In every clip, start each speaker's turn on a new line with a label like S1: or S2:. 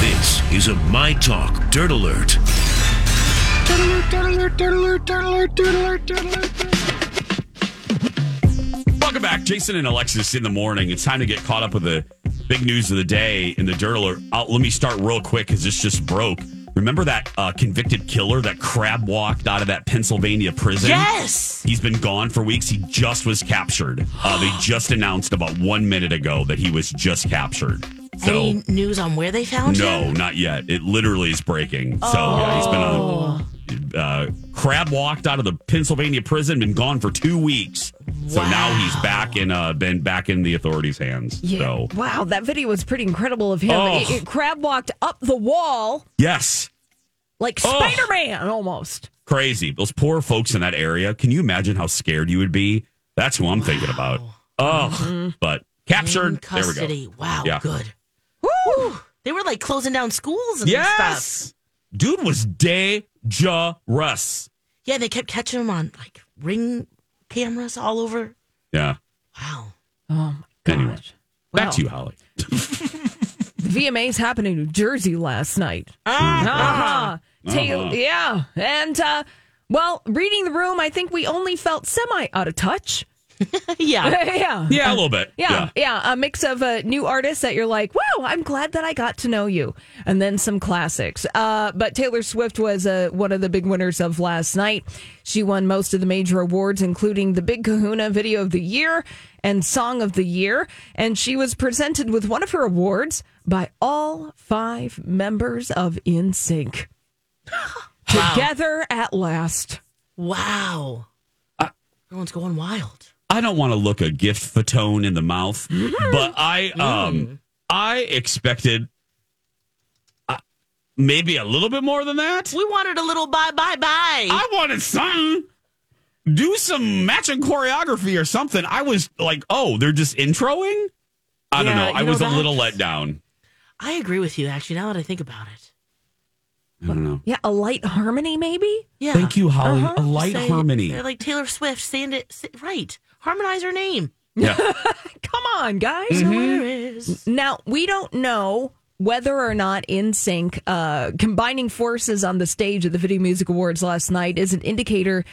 S1: This is a My Talk Dirt Alert.
S2: Welcome back, Jason and Alexis in the morning. It's time to get caught up with the big news of the day in the dirt alert. Uh, let me start real quick because this just broke. Remember that uh, convicted killer that crab walked out of that Pennsylvania prison?
S3: Yes.
S2: He's been gone for weeks. He just was captured. Uh, they just announced about one minute ago that he was just captured.
S3: Any news on where they found
S2: No,
S3: him?
S2: not yet. It literally is breaking. So yeah, he's been on, uh, crab walked out of the Pennsylvania prison, been gone for two weeks. So now he's back in uh, been back in the authorities' hands. So
S4: Wow, that video was pretty incredible of him.
S2: Oh.
S4: It, it crab walked up the wall
S2: yes,
S4: like
S2: Oh.
S4: Spider Man almost.
S2: crazy. Those poor folks in that area. Can you imagine how scared you would be? That's who I'm thinking about. Oh, but
S3: In
S2: captured. There we go.
S3: custody. Wow,
S2: Yeah.
S3: good. Woo! They were like closing down schools and stuff.
S2: Yes, dude was dangerous.
S3: Yeah, they kept catching him on like ring cameras all over.
S2: Yeah.
S3: Wow.
S4: Oh my
S2: Anyway.
S4: gosh.
S2: Back
S4: Wow.
S2: to you, Holly.
S4: The VMAs happened in New Jersey last night. Ah, Taylor-
S2: Uh-huh.
S4: yeah. And, uh, well, reading the room, I think we only felt semi out of touch.
S3: yeah.
S4: yeah.
S2: Yeah, a little bit.
S4: Yeah, yeah, a mix of uh, new artists that you're like, wow, I'm glad that I got to know you, and then some classics. Uh, but Taylor Swift was uh, one of the big winners of last night. She won most of the major awards, including the Big Kahuna Video of the Year and Song of the Year. And she was presented with one of her awards by all five members of InSync. Together at last.
S3: Wow.
S2: Uh,
S3: Everyone's going wild.
S2: I don't want to look a gift fatone in the mouth,
S3: Mm-hmm.
S2: but I
S3: Mm.
S2: um I expected uh, maybe a little bit more than that.
S3: We wanted a little bye bye bye.
S2: I wanted something. Do some matching choreography or something. I was like, oh, they're just introing? I don't
S3: Yeah,
S2: know. I
S3: you know
S2: was a
S3: that-
S2: little let down.
S3: I agree with you, actually, now that I think about it.
S2: I don't know.
S4: Yeah, a light harmony, maybe?
S3: Yeah. Uh-huh.
S2: Thank you, Holly. A light
S3: Say-
S2: harmony.
S3: they're Like Taylor Swift, saying it say- right. Harmonize her name.
S2: yeah.
S4: Come on, guys.
S3: Where is?
S4: Now we don't know whether or not InSync uh, combining forces on the stage at the Video Music Awards last night is an indicator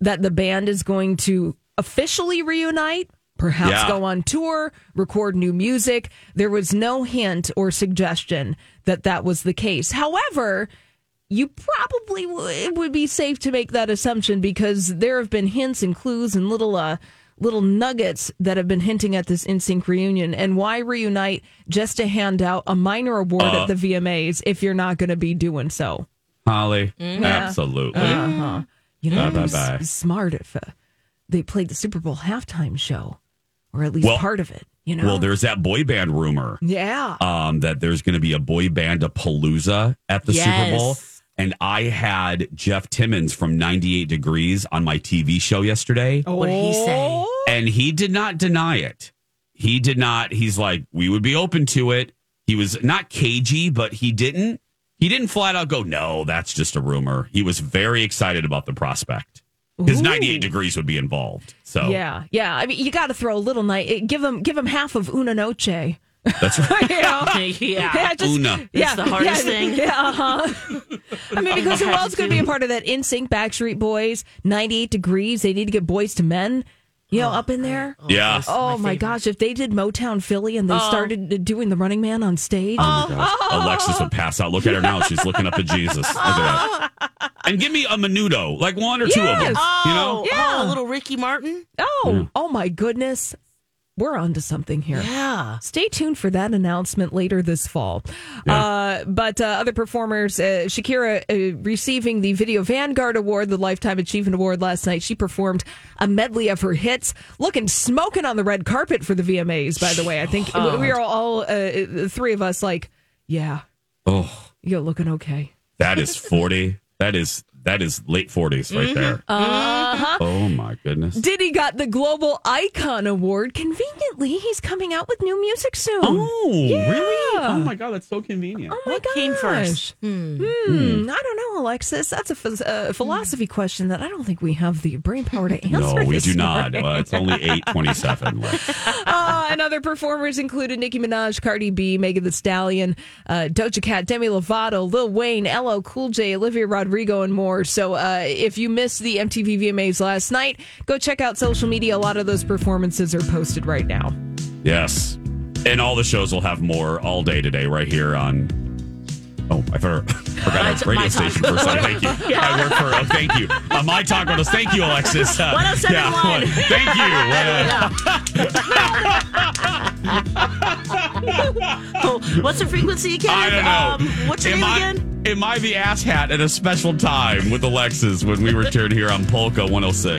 S4: that the band is going to officially reunite. Perhaps
S2: Yeah.
S4: go on tour, record new music. There was no hint or suggestion that that was the case. However, you probably w- it would be safe to make that assumption because there have been hints and clues and little uh little nuggets that have been hinting at this NSYNC reunion and why reunite just to hand out a minor award
S2: Uh.
S4: at the VMAs if you're not going to be doing so.
S2: Holly. Absolutely.
S3: Uh-huh.
S4: You know,
S2: Bye,
S4: it was
S2: bye, bye.
S4: smart if uh, they played the Super Bowl halftime show or at least
S2: Well-
S4: part of it, you know.
S2: Well, there's that boy band rumor.
S4: yeah.
S2: um, that there's going to be a boy band a palooza at the
S3: Yes.
S2: Super Bowl. And I had Jeff Timmons from 98 Degrees on my TV show yesterday,
S3: What did he say?
S2: and he did not deny it. He did not. He's like, we would be open to it. He was not cagey, but he didn't. He didn't flat out go, no, that's just a rumor. He was very excited about the prospect because 98 Degrees would be involved. So
S4: Yeah, yeah. I mean, you got to throw a little night. eh, Give them, give them half of una noche. you
S2: that's right.
S4: know?
S3: yeah.
S4: yeah, just,
S2: Una.
S4: Yeah,
S3: That's the hardest
S4: yeah,
S3: thing.
S4: Yeah, uh-huh. I mean, because who else could be a part of that? NSYNC, Backstreet Boys, 98 Degrees. They need to get boys to men. you
S3: Oh,
S4: know, up in there.
S2: Yeah.
S3: this is
S4: Oh
S3: favorite.
S4: my
S3: Oh.
S4: gosh, if they did Motown Philly and they started uh, doing the Running Man on stage,
S2: Oh. Alexis would pass out. Look at her now. She's looking up at Jesus. Look at that. And give me a menudo, like one or two of them.
S4: Oh. Yes.
S2: You know?
S3: Oh,
S4: Yeah.
S3: oh, little Ricky Martin.
S4: oh, oh my goodness, we're onto something here.
S3: Yeah.
S4: Stay tuned for that announcement later this fall. Uh, but uh, other performers, uh, Shakira uh, receiving the Video Vanguard Award, the Lifetime Achievement Award last night. She performed a medley of her hits, looking smoking on the red carpet for the VMAs, by the way. I think we- we are all, uh, the three of us, like, yeah,
S2: Oh,
S4: you're looking okay.
S2: that is 40. That is that is late 40s
S4: Mm-hmm.
S2: right there.
S4: Uh-huh.
S2: Oh my goodness.
S4: Diddy got the Global Icon Award. Conveniently, he's coming out with new music soon.
S2: Oh, really? Oh my god, that's so convenient.
S4: Oh my
S3: What came first?
S4: Hmm. I don't know, Alexis. That's a phys- uh, philosophy question that I don't think we have the brain power to answer.
S2: No, we
S4: this
S2: do not.
S4: morning.
S2: Uh, it's only 827 left.
S4: uh, and other performers included Nicki Minaj, Cardi B, Megan Thee Stallion, uh, Doja Cat, Demi Lovato, Lil Wayne, LL Cool J, Olivia Rodrigo, and more. So uh, if you missed the MTV VMAs last night, go check out social media. A lot of those performances are posted right now.
S2: Yes. And all the shows will have more all day today, right here on. Oh, I for- forgot our radio
S3: My Talk.
S2: station for a second. Thank you. I work for. Oh, thank you. Uh, my talk on us. Thank you, Alexis. Uh,
S3: 1071.
S2: what- thank you. Uh,
S3: Oh, what's the frequency again?
S2: I don't know.
S3: Um, what's your
S2: am
S3: name
S2: I,
S3: again?
S2: Am I the ass hat at a special time with Alexis when we return here on Polka 106?